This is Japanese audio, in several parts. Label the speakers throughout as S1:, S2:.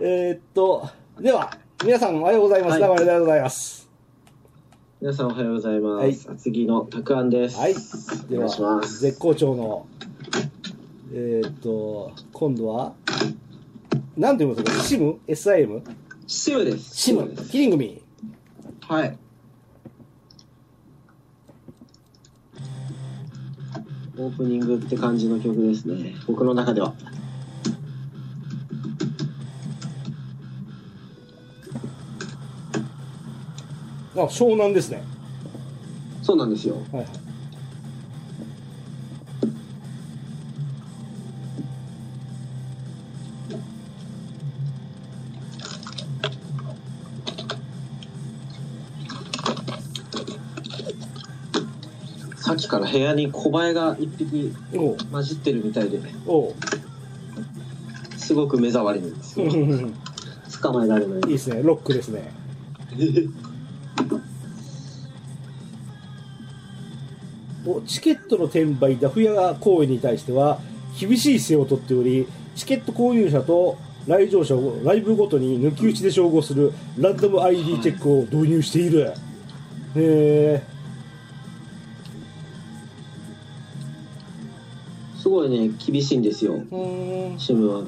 S1: えーっと、では、皆さんおはようございます。
S2: はい
S1: 中村でございます。
S2: 皆さんおはようございます。次のたくあんです。
S1: はい
S2: お
S1: で
S2: 願いしま
S1: は、
S2: す。
S1: 絶好調の、えーっと、今度は、なんて読むんですかシム ?SIM?
S2: シムです。
S1: シム
S2: で。す。
S1: キリン組。
S2: はい。オープニングって感じの曲ですね。僕の中では。
S1: あ、湘南ですね。
S2: そうなんですよ。
S1: はいはい。
S2: さっきから部屋に小バエが一匹
S1: おう
S2: 混じってるみたいで、
S1: お う
S2: すごく目障りなんで すよ。捕まえられない
S1: いい。ですね。ロックですね。おチケットの転売ダフ屋行為に対しては厳しい姿勢をとっておりチケット購入者と来場者をライブごとに抜き打ちで照合するランダム ID チェックを導入している、え
S2: すごいね、厳しいんですよ。
S1: ー、うん
S2: シムは。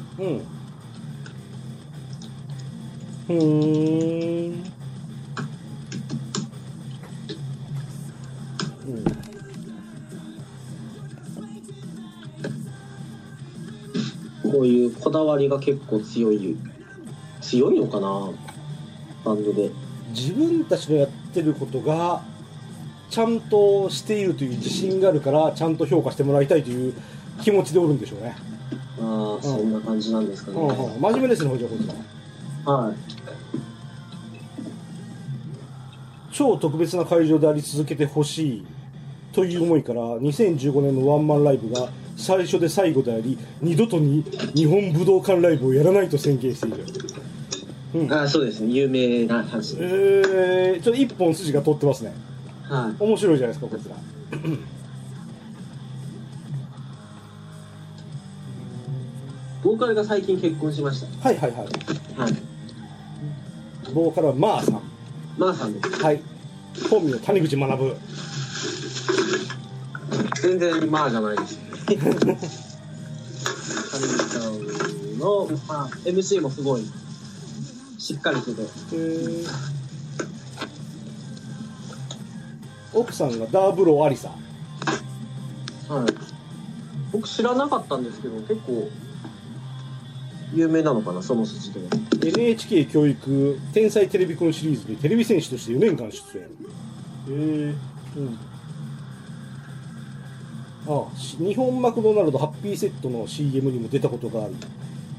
S1: うんうん
S2: こういうこだわりが結構強い強いのかなバンドで
S1: 自分たちのやってることがちゃんとしているという自信があるからちゃんと評価してもらいたいという気持ちでおるんでしょうね、
S2: ああそんな感じなんですかね、
S1: うんうん、真面目ですね、ほいじゃこちら
S2: はい
S1: 超特別な会場であり続けてほしいという思いから2015年のワンマンライブが最初で最後であり二度とに日本武道館ライブをやらないと宣言しているうん
S2: ああそうですね有名な話で
S1: えー、ちょっと一本筋が通ってますね
S2: すは
S1: 面白いじゃないですかこちら
S2: いボーカルが最近結婚しまし
S1: はいはいはい
S2: たはい
S1: ボーカルはマーさん
S2: マーさんです
S1: はい本名谷口学
S2: 全然マーじゃないです カリさんの、まあ、MC もすごいしっかりしてて
S1: 奥さんがダーブローアリサ
S2: はい僕知らなかったんですけど結構有名なのかなその筋では
S1: NHK 教育天才テレビコンシリーズでテレビ選手として4年間出演へえうんああし日本マクドナルドハッピーセットの CM にも出たことがあり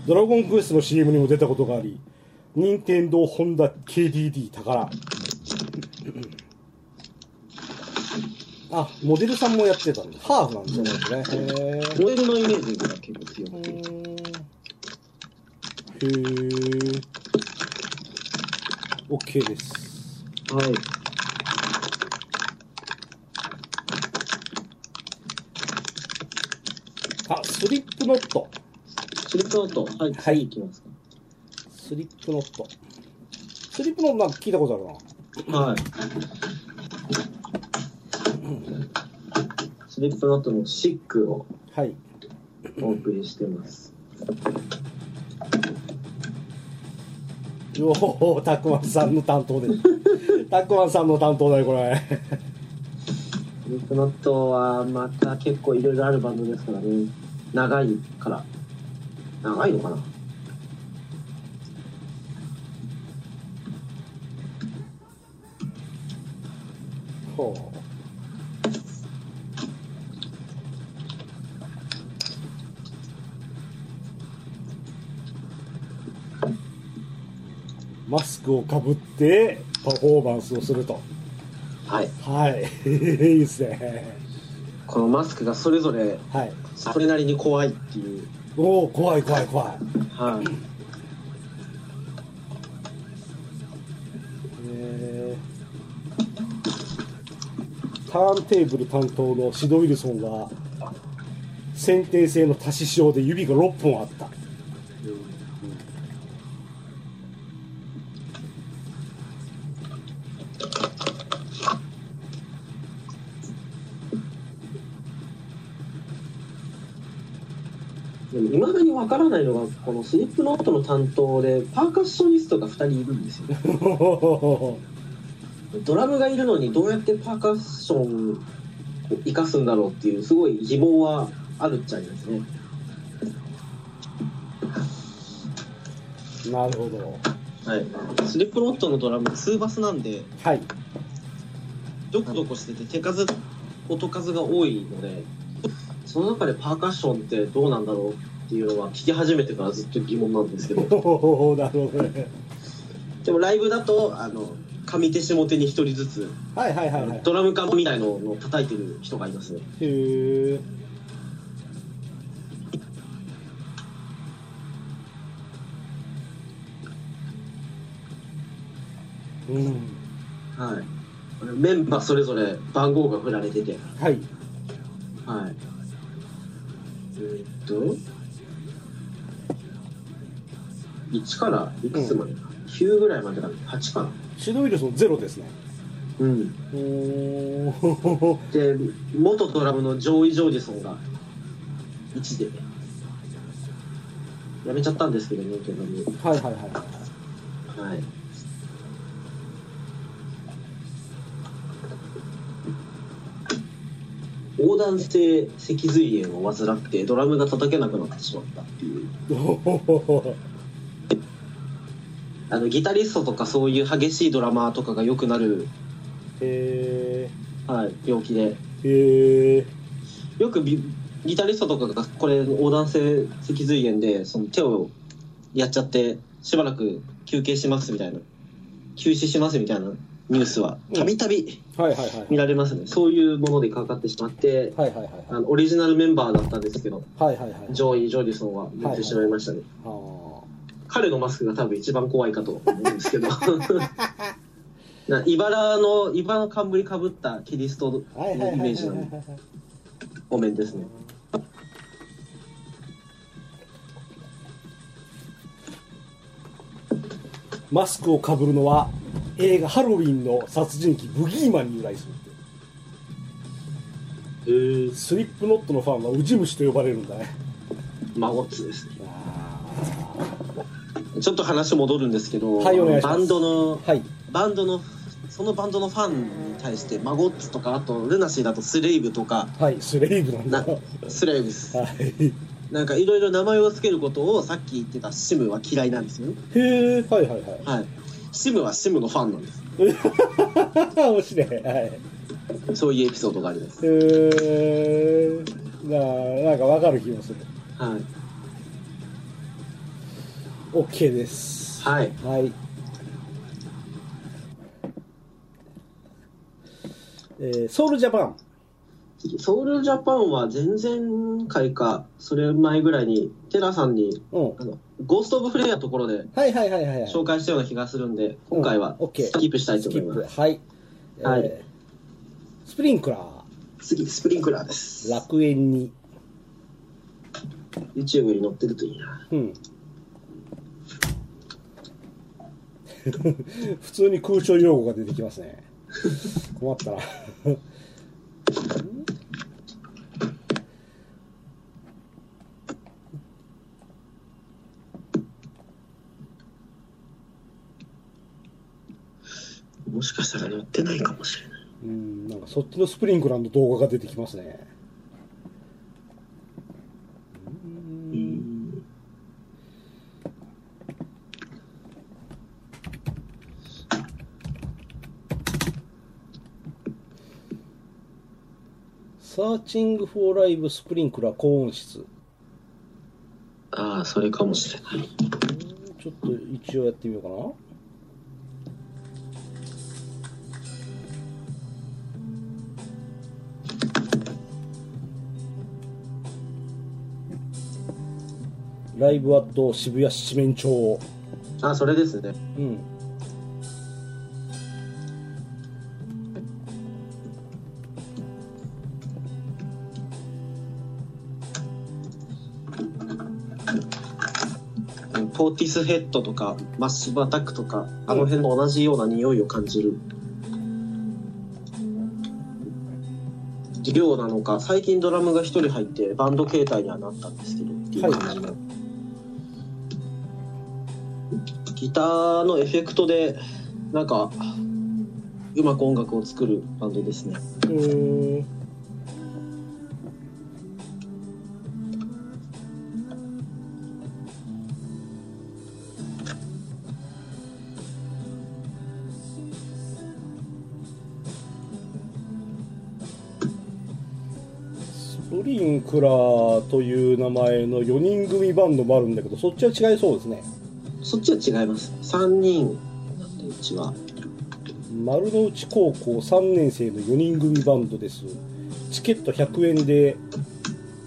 S1: ドラゴンクエストの CM にも出たことがあり任天堂ホンダ KDD 宝あモデルさんもやってたんだハーフなんですよねこれへえ
S2: モデルのイメージが結構強
S1: う
S2: くて、
S1: ーんへえ。OK です。
S2: はい
S1: あ、スリップノット。
S2: スリップノートはい
S1: はい
S2: 次いきます
S1: スリップノット。スリップノットなんか聞いたことあるな。
S2: かはいスリップノートのシックを
S1: はい。
S2: お送りしてます
S1: おお、たくまんさんの担当で。たくまんさんの担当だよ、これ。
S2: スリップノットはまた結構いろいろあるバンドですからね長いから長いのかな
S1: ほう。マスクをかぶってパフォーマンスをすると。
S2: はい
S1: はい。い いですね。
S2: このマスクがそれぞれ
S1: はい。
S2: それなりに怖いっていう
S1: おお、怖い怖い怖い。
S2: はい
S1: えーターンテーブル担当のシド・ウィルソンは、先天性の多子症で指が6本あった。
S2: わからないのが、このスリップノートの担当で、パーカッショニストが2人いるんですよ。ドラムがいるのに、どうやってパーカッションを生かすんだろうっていう、すごい疑問はあるっちゃいますね。
S1: なるほど。
S3: はい、スリップノットのドラムツーバスなんで
S1: はい。
S3: どこどこしてて手数音数が多いので
S2: その中でパーカッションってどうなんだろうっていうのは、聞き始めてからずっと疑問なんですけど、
S1: なるほどね。
S3: でもライブだとあの上手下手に1人ずつ
S1: はいはいはいはい。
S3: ドラム缶みたいのを叩いてる人がいますね
S1: へえ。うん。
S2: はい、メンバーそれぞれ番号が振られてて、
S1: はい。
S2: はい。えーっと、1からいくつまで、?9 ぐらいまでかな ?8 かな
S1: シドウイルスのゼロですね。
S2: うん。
S1: おお。
S2: で、元ドラムのジョーイ・ジョージソンが1で、やめちゃったんですけどね、ドラム。
S1: はいはいはい。
S2: はい。横断性脊髄炎を患ってドラムが叩けなくなってしまったっていう
S1: おお。
S2: あのギタリストとかそういう激しいドラマーとかが良くなる、
S1: へ
S2: はい、病気で
S1: え。へえ。
S2: よくビギタリストとかがこれ横断性脊髄炎でその手をやっちゃってしばらく休憩しますみたいな休止しますみたいなニュースはたびたび
S1: はいはいはい。
S2: 見られますね、そういうものでかかってしまって
S1: はいはいはい
S2: あのオリジナルメンバーだったんですけど
S1: はい。はいはいはい。
S2: ジョーイ・ジョーディソンは抜いてしまいましたね、
S1: あー
S2: 彼のマスクが多分一番怖いかと思うんで すけどな茨の茨の冠かぶったキリストの
S1: はいはいはいはいはい
S2: イメージのお面ですね
S1: マスクをかぶるのは映画ハロウィンの殺人鬼ブギーマンに由来するって
S2: へえ
S1: スリップノットのファンはウジ虫と呼ばれるんだね
S2: 孫っちですねちょっと話戻るんですけど、
S1: はいお願いします
S2: バンドの
S1: はい
S2: バンドのそのバンドのファンに対してマゴッツとかあとルナシーだとスレイブとか
S1: はいスレイブなんだ
S2: な
S1: は
S2: スレイブです
S1: い
S2: なんかいろいろ名前を付けることをさっき言ってたシムは嫌いなんですよね
S1: へえはいはい はい
S2: はいシムはシムのファンなんです
S1: 面白いはい
S2: そういうエピソードがあります
S1: へえななんかわかる気もする
S2: はい
S1: OK です
S2: はい
S1: はいえーソウルジャパン
S2: ソウルジャパンは前々回かそれ前ぐらいにテラさんに
S1: うん
S2: あのゴースト・オブ・フレアのところで
S1: はいはいはいはいはい
S2: 紹介したような気がするんで今回は
S1: うん OK
S2: スキップしたいと
S1: ス
S2: 思
S1: キ
S2: いま
S1: ップ
S2: す
S1: はい、えー
S2: はい
S1: スプリンクラー
S2: 次スプリンクラーです
S1: 楽園に、
S2: YouTube に載ってるといいな
S1: うん、 普通に空調用語が出てきますね困ったな
S2: もしかしたら載ってないかもしれない
S1: うんなんかそっちのスプリンクラーの動画が出てきますね
S2: うん
S1: サーチングフォーライブスプリンクラー高音質
S2: ああそれかもしれない
S1: うんちょっと一応やってみようかなライブアット渋谷七面鳥
S2: あそれですね
S1: うん
S2: ポーティスヘッドとかマッシブアタックとかあの辺の同じような匂いを感じる量なのか最近ドラムが1人入ってバンド形態にはなったんですけどっていう感じの、ギターのエフェクトでなんかうまく音楽を作るバンドですね
S1: うーんスプリンクラーという名前の4人組バンドもあるんだけどそっちは違いそうですね
S2: そっちは違います3人なんでうちは
S1: 丸の内高校3年生の4人組バンドですチケット100円で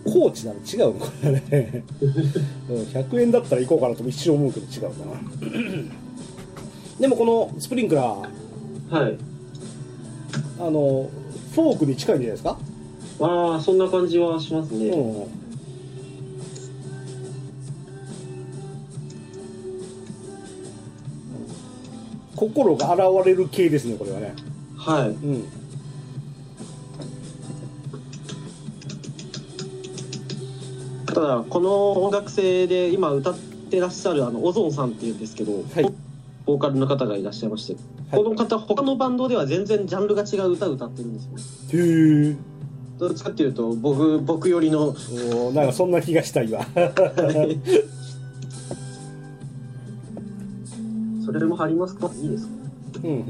S1: コーチなの違うのこれねうん100円だったら行こうかなとも一瞬思うけど違うなでもこのスプリンクラー
S2: はい
S1: あのフォークに近いんじゃないですか、
S2: ああそんな感じはしますね、
S1: うん心が現れる系ですねこれはね
S2: はい
S1: うん
S2: ただこの音楽性で今歌ってらっしゃるあのオゾンさんっていうんですけど、
S1: はい
S2: ボーカルの方がいらっしゃいまして、この方他のバンドでは全然ジャンルが違う歌を歌ってるんですよ
S1: へえ
S2: どっちかっていうと僕僕より の
S1: おーなんかそんな気がした今
S2: それも張りますかいいですか
S1: うん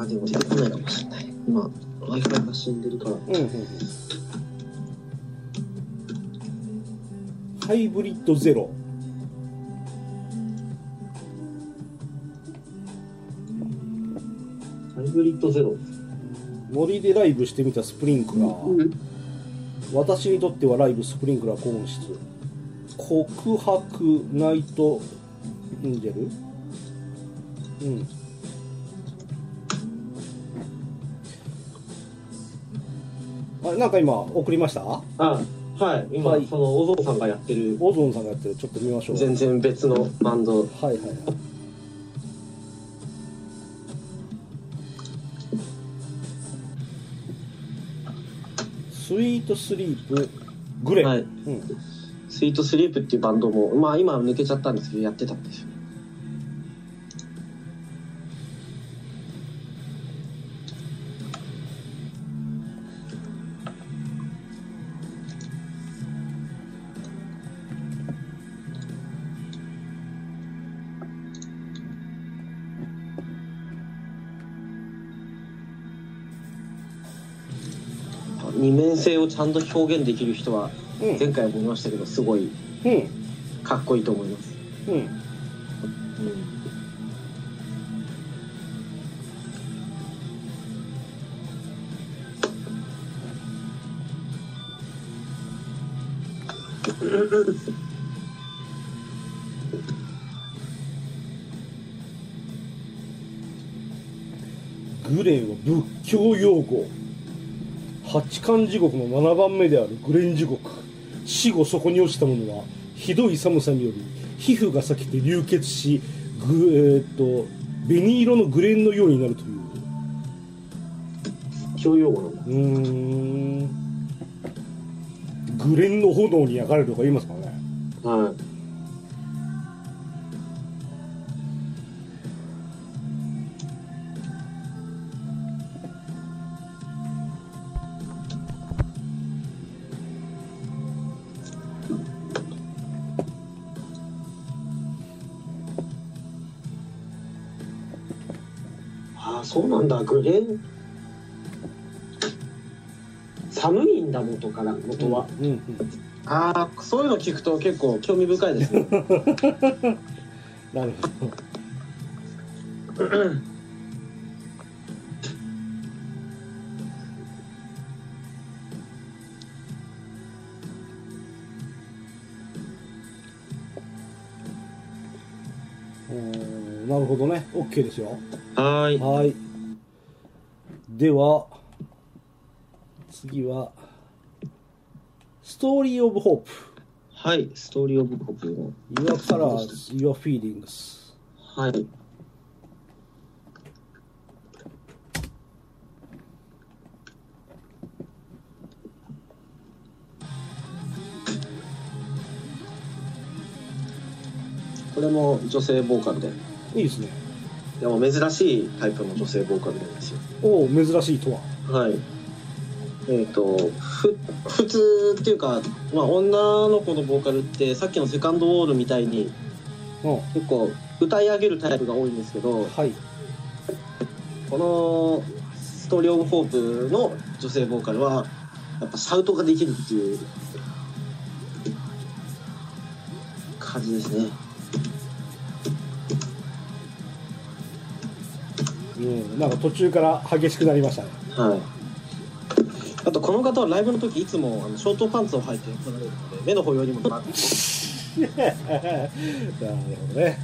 S2: あでも出てこないかもしれない今 w i f i が死んでるから
S1: うんうんうんハイブリッドゼロ
S2: ハイブリッドゼロ
S1: 森でライブしてみたスプリンクラー、私にとってはライブスプリンクラー高音質告白ナイトエンジェルうんあれなんか今送りましたオ
S2: あはい今、
S1: はい
S2: そのオゾンさんがやってる
S1: ゾンさんがやってるちょっと見ましょう
S2: 全然別のバンド
S1: はいはいはいスイートスリープグレー、
S2: はい
S1: うん、
S2: スイートスリープっていうバンドもまあ今は抜けちゃったんですけどやってたんですよ二面性をちゃんと表現できる人は
S1: うん
S2: 前回も言いましたけどすごい
S1: うん
S2: かっこいいと思います、
S1: うんグレーは仏教用語八漢地獄の7番目であるグレン地獄死後そこに落ちた者はひどい寒さにより皮膚が裂けて流血しぐ、えーっと紅色のグレンのようになるという
S2: 教養語なんだ
S1: うーんグレンの炎に焼かれるとか言いますからね
S2: はいああそうなんだグレン寒いんだ元から元は、
S1: うんうん
S2: ああそういうの聞くと結構興味深いですね
S1: なるほど うーんなるほどね OK ですよ
S2: はーい
S1: はい。では、次は、ストーリー・オブ・ホ
S2: はいストーリー・オブ・コピーの
S1: ープ、Your Colors, Your Feelings。
S2: はいこれも女性ボーカルで
S1: いいですね
S2: でも珍しいタイプの女性ボーカルなんですよ
S1: おお珍しいとは
S2: はいえっ、とふ普通っていうか、まあ、女の子のボーカルってさっきのセカンドウォールみたいに
S1: うん
S2: 結構歌い上げるタイプが多いんですけど
S1: はい
S2: このストーリー・オブ・ホープの女性ボーカルはやっぱシャウトができるっていう感じですね
S1: うんなんか途中から激しくなりましたね
S2: はいあとこの方はライブの時いつもあのショートパンツを履いて来られるので目の保養にもなって
S1: なるほどね
S2: はい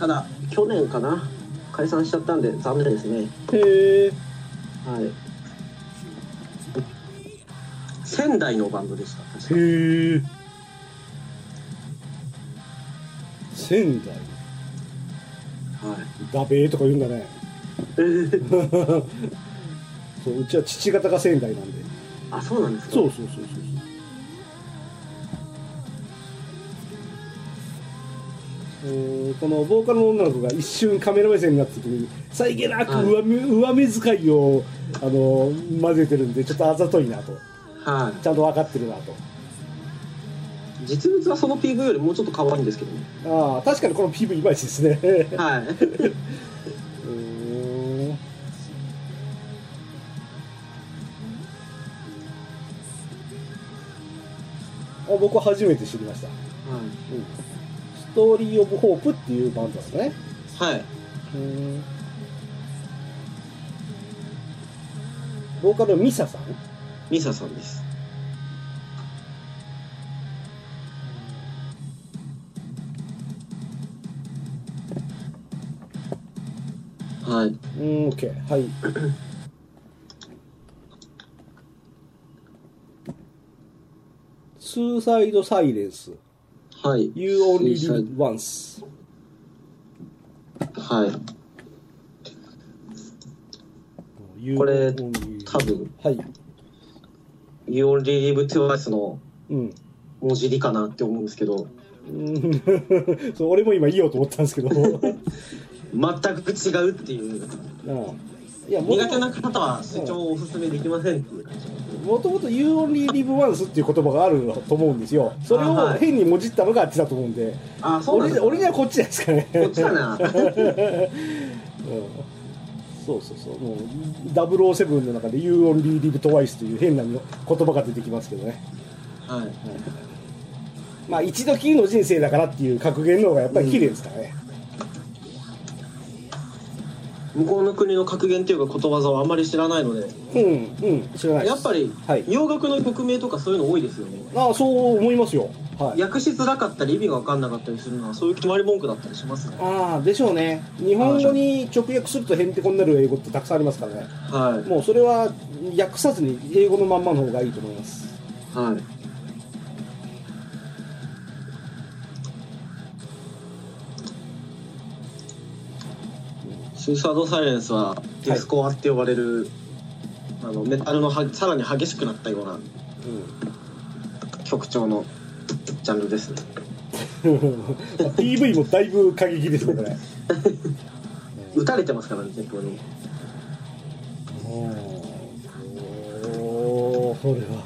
S2: ただ去年かな解散しちゃったんで残念ですね
S1: へえ
S2: はい仙台のバンドでした確
S1: へえ
S2: か
S1: 仙台
S2: はい
S1: だべーとか言うんだねそううちは父方が仙台なんで
S2: あそうなんですか
S1: そうそうそうそうそうえーこのボーカルの女の子が一瞬カメラ目線になった時にさりげなく
S2: はい
S1: 上目,、上目遣いをあの混ぜてるんでちょっとあざといなと
S2: は
S1: ちゃんと分かってるなと
S2: い実物はその PV よりもうちょっと可愛いんですけどね
S1: ああ確かにこの PV いまいちですね う
S2: はい
S1: ーんあ僕は初めて知りましたストーリー・オブ・ホープっていうバンドなんですね。
S2: はい
S1: ボーカルのミサさん。
S2: ミサさんですはい
S1: うん、OK。はい。スーサイド・サイレンス。
S2: はい
S1: You only
S2: 水彩
S1: live once.
S2: はい
S1: You
S2: これ
S1: only-
S2: 多分
S1: はい。
S2: You Only Live Twice の
S1: うん。
S2: 文字りかなって思うんですけど
S1: うんそう俺も今言おうと思ったんですけど。
S2: 全く違うっていう
S1: うんいや、も
S2: 苦手な方は主張をおすすめできませんっていう感じ
S1: もともと「You Only Live Once」っていう言葉があると思うんですよそれ
S2: あ
S1: を
S2: はい
S1: 変にもじったのがあっちだと思うんで
S2: あそうな
S1: 俺
S2: んですか
S1: 俺にはこっちじゃないですかね
S2: こっちかな
S1: うんそうそうそうもう007の中で「You Only Live Twice」という変な言葉が出てきますけどね
S2: はい
S1: まあ一度きりの人生だからっていう格言の方がやっぱり綺麗ですからね、
S2: 向こうの国の格言っていうかことわざをあんまり知らないので、
S1: うん、うん知らないです
S2: やっぱり
S1: はい
S2: 洋楽の曲名とかそういうの多いですよね、
S1: ああそう思いますよはい
S2: 訳しづらかったり意味が分かんなかったりするのはそういう決まり文句だったりしますね
S1: ああでしょうね日本語に直訳するとへんてこになる英語ってたくさんありますからね
S2: はい
S1: もうそれは訳さずに英語のまんまの方がいいと思います
S2: はいスーサードサイレンスはデスコアって呼ばれる、あのメタルのはさらに激しくなったような曲調のジャンルですね
S1: PV もだいぶ過激ですねこれ
S2: 打たれてますからね結構ね
S1: おおこれは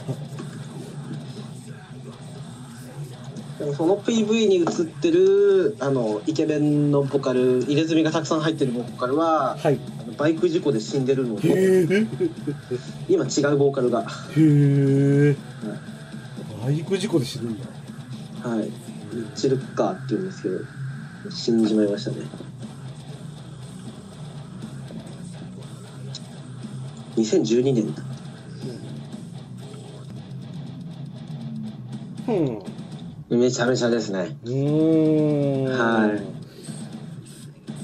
S2: でもその PV に映ってるあのイケメンのボーカル入れ墨がたくさん入ってるボーカルは
S1: はい
S2: あのバイク事故で死んでるの
S1: へ
S2: で
S1: え
S2: 今違うボーカルが
S1: へえバイク事故で死ぬんだ
S2: はいリッチルッカーって言うんですけど死んじまいましたね2012年だ
S1: うんう
S2: めちゃめちゃですね
S1: ーん
S2: はい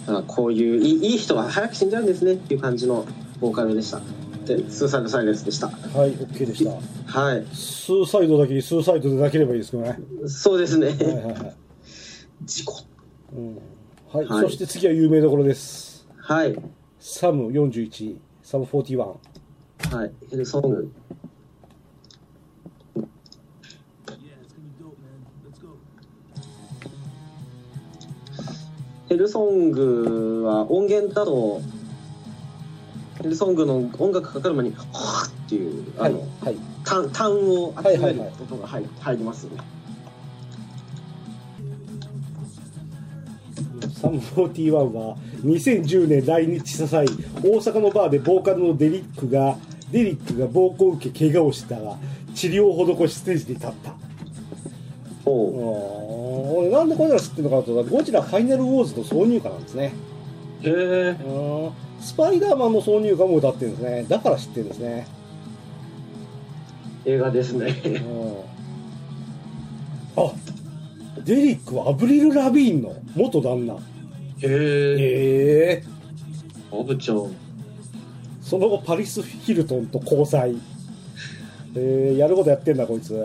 S2: だからこういういいいい人は早く死んじゃうんですねっていう感じのボーカルでしたでスーサイドサイレンスでした
S1: はい OK でした
S2: はい
S1: スーサイドだけにスーサイドでなければいいですけどねは
S2: そうですね、
S1: いはいはい
S2: 事故
S1: うんはい、
S2: はい
S1: そして次は有名どころです
S2: はい
S1: サム41サム41
S2: はい、ヘルソング。ヘルソングは音源だとヘルソングの音楽かかる前に「はぁ」っていうあの、
S1: はい
S2: 単単を集
S1: は
S2: め
S1: い
S2: る
S1: はいはい
S2: 音が入入りますよね。
S1: サム41は2010年来日した際大阪のバーでボーカルのデリックがデリックが暴行を受け怪我をしたが治療を施しステージに立った
S2: おう
S1: 俺なんでこれら知ってるのかなと思ったらゴジラファイナルウォーズの挿入歌なんですね
S3: へえ
S1: うんスパイダーマンの挿入歌も歌ってるんですねだから知ってるんですね
S2: 映画ですね。
S1: うんあデリックはアブリル・ラビーンの元旦那
S3: へえ
S1: ええ
S3: アブちゃん
S1: その後パリス・ヒルトンと交際えー、やることやってんだこいつ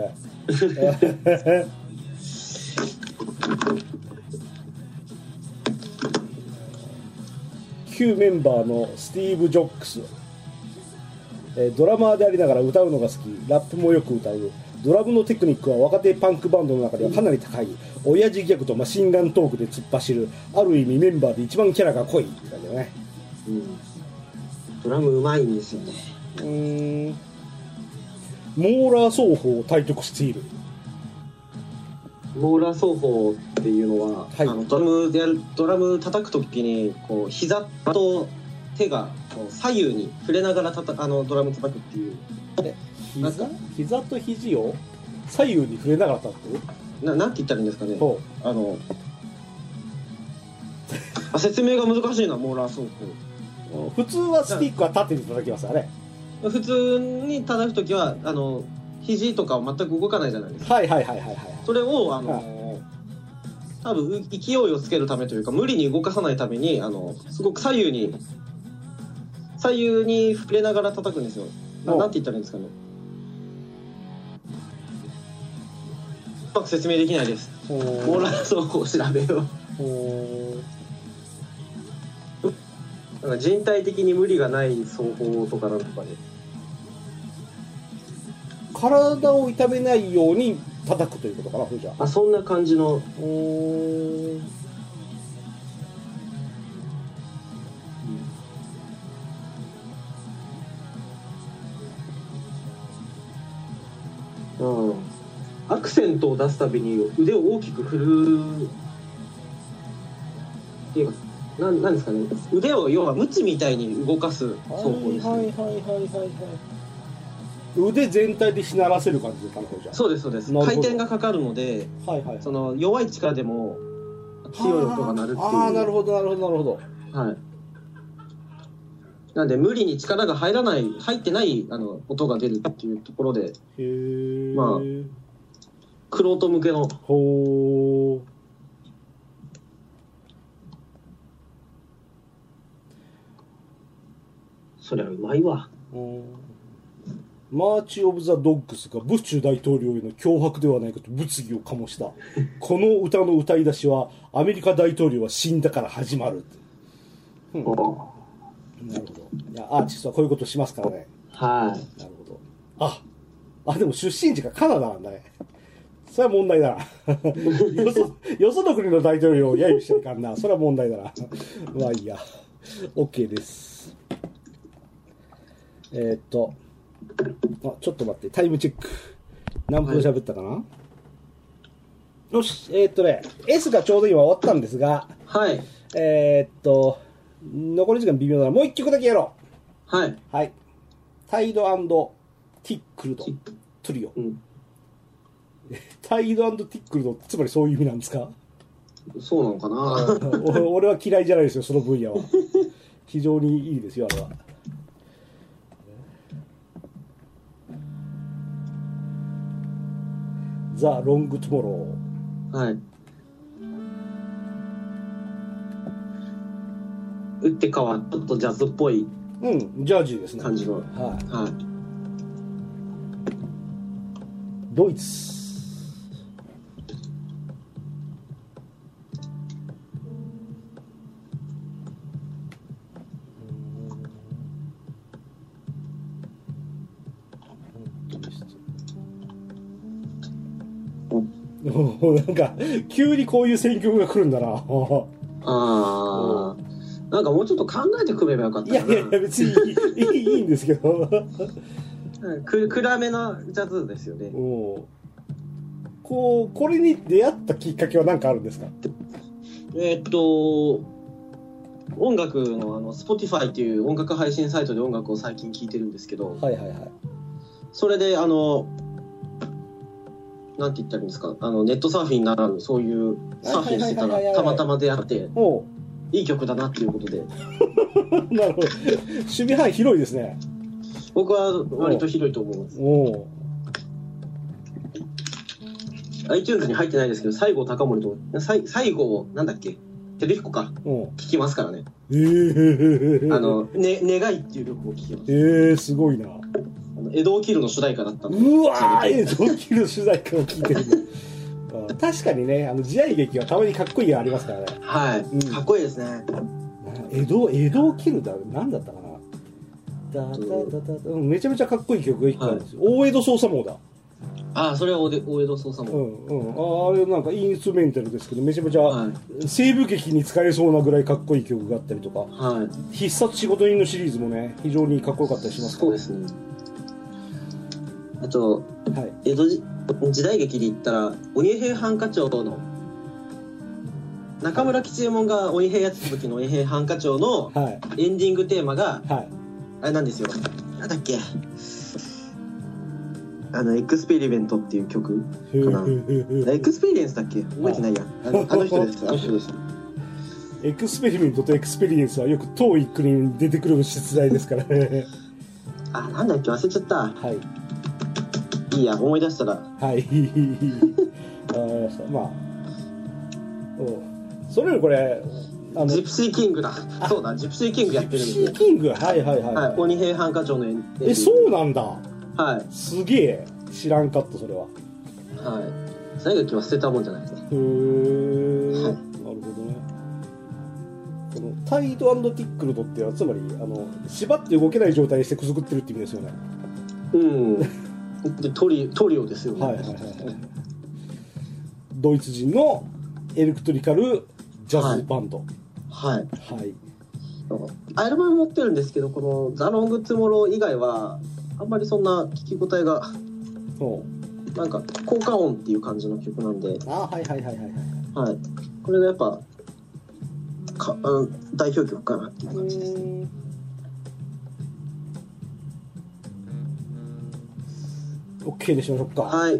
S1: 旧メンバーのスティーブ・ジョックスえードラマーでありながら歌うのが好きラップもよく歌うドラムのテクニックは若手パンクバンドの中ではかなり高い親父ギャグとマシンガントークで突っ走るある意味メンバーで一番キャラが濃いって感じだね
S2: うん、ドラムうまいんですよね。
S1: うーんモーラー奏法を体得している
S2: モーラー奏法っていうのは、
S1: はい
S2: あのドラムでやるドラム叩くときにこう膝と手がこう左右に触れながらたたあのドラム叩くっていう
S1: 膝膝と肘を左右に触れながら立ってる
S2: ななんて言ったらいいんですかね
S1: ほ
S2: あのあ説明が難しいなモーラー奏
S1: う普通はスティックは縦に叩きますよね
S2: 法普通に叩くときはあの肘とかは全く動かないじゃないですか
S1: はいはいはいはいはい
S2: それをあの、
S1: はい
S2: 多分う勢いをつけるためというか無理に動かさないためにあのすごく左右に左右に触れながら叩くんですよ。な
S1: お
S2: なんて言ったらいいんですかね。うまく説明できないです。
S1: ほう
S2: モーラー奏法を調べよ
S1: ほう
S2: う。なんか人体的に無理がない奏法とかなんとかで。
S1: 体を痛めないように叩くということかなそれじゃあ
S2: あそんな感じの
S1: うーん
S2: うんアクセントを出すたびに腕を大きく振るっていうかなんなんですかね腕を要はムチみたいに動かす
S1: はい
S2: 奏法です、
S1: は
S2: ね
S1: いはいはいはいはい腕全体でしならせる感じかなそれじゃ
S2: そうですそうです
S1: なるほ
S2: 回
S1: ど
S2: 転がかかるので
S1: あはいはい
S2: その弱い力でも強い音が鳴るっていう
S1: ああなるほどなるほどなるほど
S2: はいなんで無理に力が入らない入ってないあの音が出るっていうところ
S1: へ
S2: で
S1: え
S2: まあ玄人向けの
S1: ほう
S2: そりゃうまいわ
S1: マーチ・オブ・ザ・ドッグスがブッシュ大統領への脅迫ではないかと物議を醸 したこの歌の歌い出しはアメリカ大統領は死んだから始まるうんなるほどいやアーティストはこういうことしますからね
S2: はい
S1: なるほどああでも出身地がカナダなんだね それは問題だ なよそよその国の大統領を揶揄しちゃいかんなそれは問題だな まあいいや OK ですえーっとあちょっと待ってタイムチェック何分喋ったかな、よしえーっとね S がちょうど今終わったんですが
S2: はい
S1: えーっと残り時間微妙だなもう一曲だけやろう
S2: はい
S1: はい。タイドティックルド
S2: ティッ
S1: トリオ
S2: う。ん
S1: タイドティックルドってつまりそういう意味なんですか
S2: そうなのかな。
S1: お俺は嫌いじゃないですよ、その分野は。非常にいいですよ、あれは。ザ・ロング・トゥモロ
S2: はい。打って変わったちょっとジャズっぽい
S1: ー。うん、ジャージーですね。
S2: 感じの。
S1: はい。
S2: はい。
S1: ドイツ。おなんか急にこういう選曲が来るんだな
S2: あなんかもうちょっと考えてくればよかっ
S1: い
S2: た
S1: や
S2: か
S1: い
S2: な
S1: やいや別にいいいいいいんですけど
S2: うんく暗めなジャズですよね
S1: もうこうこれに出会ったきっかけは何かあるんですか
S2: えーっと音楽のあの Spotify っていう音楽配信サイトで音楽を最近聴いてるんですけど
S1: はいはいはい
S2: それであのなんて言ったらいいんですかあのネットサーフィンならぬそういうサーフィンしてた
S1: は
S2: ら
S1: いはいはいはいはい
S2: たまたま出会って
S1: おう
S2: いい曲だなっていうことで
S1: なるほど 守備範囲広いですね
S2: 僕は割とひどいと思います
S1: おう
S2: iTunes に入ってないですけど西郷隆盛とさい西郷なんだっけ照彦か
S1: おう
S2: 聴きますからね
S1: えー、
S2: あの、ね、願いっていう曲を聴きます
S1: えー、すごいな
S2: あの江戸を切るの主題歌だったの
S1: うわーえドッキリの取材会を聞いてる のあ確かにねあの時代劇はたまにかっこいいのありますからね
S2: はい、
S1: うん
S2: かっこいいですね
S1: 江戸江戸を切るだなんだったかなだだだだだうんめちゃめちゃかっこいい曲が一個あるんですよ、大江戸捜査網だ
S2: ああそれは大江大江戸捜査
S1: う
S2: も、
S1: んうんああれなんかインストゥルメンタルですけどめちゃめちゃ
S2: はい
S1: 西部劇に使えそうなぐらいかっこいい曲があったりとか
S2: はい
S1: 必殺仕事人のシリーズもね非常にかっこよかったりしますか
S2: そうですねあと
S1: ら、はい、
S2: 江戸時時代劇で言ったら鬼平犯科帳の中村吉右衛門が鬼平やってた時の鬼平犯科帳の
S1: はい
S2: エンディングテーマが
S1: はい
S2: あれなんですよなんだっけあのエクスペリメントっていう曲
S1: へー
S2: かな
S1: へーへー
S2: エクスペリエンスだっけ覚えてないや あのあの人ですあの人です
S1: エクスペリメントとエクスペリエンスはよく遠い国に出てくる出題ですからね
S2: あなんだっけ忘れちゃった
S1: はい
S2: いいや思い出したら
S1: はいわかりましたまあうんそれよりこれあの
S2: ジプシーキングだそうだジプシーキングやってるんです
S1: シ
S2: よ
S1: ーキングはいはいはい、
S2: はい鬼平犯科帳のエンディング
S1: えそうなんだ
S2: はい
S1: すげえ知らんかったそれは
S2: はい。西垣は捨てたもんじゃないですね。
S1: へえな
S2: は
S1: る
S2: い
S1: ほどねこのタイドティックルドっていうのはつまりあの縛って動けない状態にしてくすぐってるって意味ですよね
S2: うん。でトリトリオですよね。
S1: はいはいはいはいドイツ人のエレクトリカルジャズバンドは
S2: はい。
S1: い、
S2: アルバム持ってるんですけど、このザロングツモロ以外はあんまりそんな聞き応えが
S1: そう
S2: なんか効果音っていう感じの曲なんで、
S1: あはいはいはいはいはい
S2: はい。これがやっぱか、うん、代表曲かなっていう感じですね。
S1: OK にしましょうかは
S2: はい。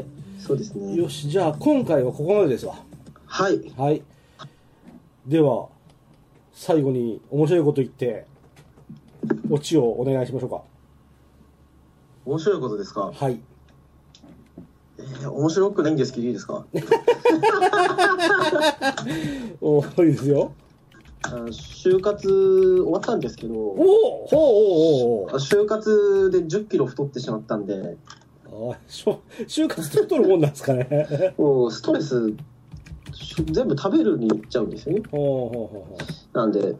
S1: い、
S2: そうですね。
S1: よしじゃあ今回はここまでですわ
S2: はい。
S1: はいでは最後に面白いこと言ってオチをお願いしましょ
S2: 面白いことですか
S1: う。かはい
S2: えー面白くないんですけどいいですか。
S1: おーいいですよ
S2: あの就活終わったんですけど
S1: お。おほうおうおうおう
S2: 就活で1 0キロ太ってしまったんで
S1: あーしょ就活って太るもんなんですかね
S2: もうストレスし全部食べるにいっちゃうんですよね
S1: ほうほうほうほう
S2: なんで、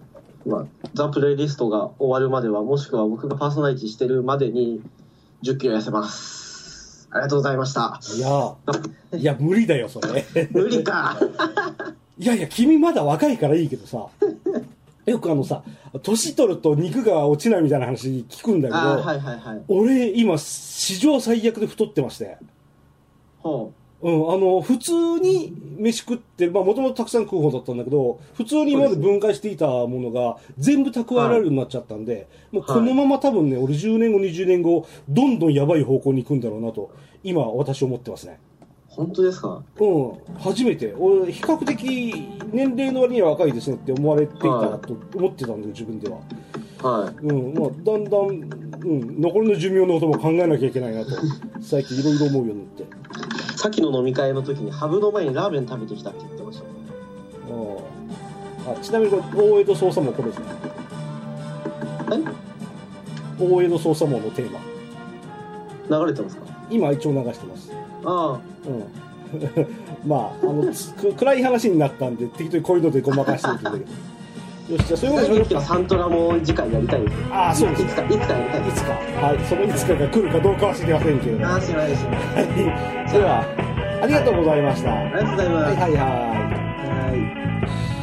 S2: まあ、ザ・プレイリストが終わるまではもしくは僕がパーソナリティしてるまでに1 0キロ痩せますありがとうございました
S1: いやーいや無理だよそれ
S2: 無 理か
S1: いやいや、君まだ若いからいいけどさ、よくあのさ、年取ると肉が落ちないみたいな話聞くんだけど、
S2: あーはいはいはい
S1: 俺今、史上最悪で太ってまして、
S2: ほ
S1: うん、あの、普通に飯食って、まあもともとたくさん食う方だったんだけど、普通に今まで分解していたものが全部蓄えられるようになっちゃったんで、もうこのまま多分ね、俺10年後、20年後、どんどんやばい方向に行くんだろうなと、今私思ってますね。
S2: う本当ですか
S1: うん、初めて、俺、比較的年齢の割には若いですねって思われていたなと思ってたんで、自分では。
S2: は
S1: うん、まあ、だんだん、うん、残りの寿命のことも考えなきゃいけないなと、最近いろいろ思うようになって。
S2: いさっきの飲み会の時にハブの前にラーメン食べてきたって言ってました
S1: ああちなみにこれ、大江戸捜査網、これですね。大江戸捜査網のテーマ。
S2: 流れてますか
S1: 今、一応流してます。
S2: あ
S1: うん。 まあ、あの、つく暗い話になったんで、適当にこういうのでごまかしてるんだけ ど。よし、じゃあ、そう
S2: あ
S1: いうこと
S2: 大
S1: に
S2: 好
S1: し
S2: き
S1: ま
S2: な
S1: しょ
S2: サントラも次回やりたいです
S1: うか。ああ、そうです
S2: い
S1: ね
S2: つ。かいつかやりたい
S1: い
S2: です
S1: つか、はい、そのいつかが来るかどうかは知りませんけれども。
S2: ああ知らないですね
S1: はい、それでは、ありがとうございました。は
S2: ありがとうございま
S1: い
S2: す
S1: はいはい。
S2: はい